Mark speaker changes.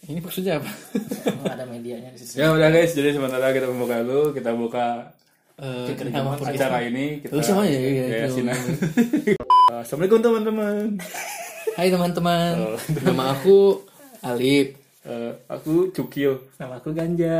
Speaker 1: Ini maksudnya apa?
Speaker 2: Emang ada medianya di situ.
Speaker 3: Ya udah guys, jadi sementara kita membuka dulu, kita buka
Speaker 1: Eh,
Speaker 2: Kita
Speaker 1: nama
Speaker 2: aman.
Speaker 1: podcast.
Speaker 3: acara ini kita
Speaker 1: Terus sama ya, iya, iya.
Speaker 3: yasinan.
Speaker 2: iya.
Speaker 3: Assalamualaikum teman-teman.
Speaker 1: Hai teman-teman.
Speaker 3: Oh.
Speaker 1: Nama aku Alip.
Speaker 3: Eh, aku Cukil.
Speaker 2: Nama aku Ganja.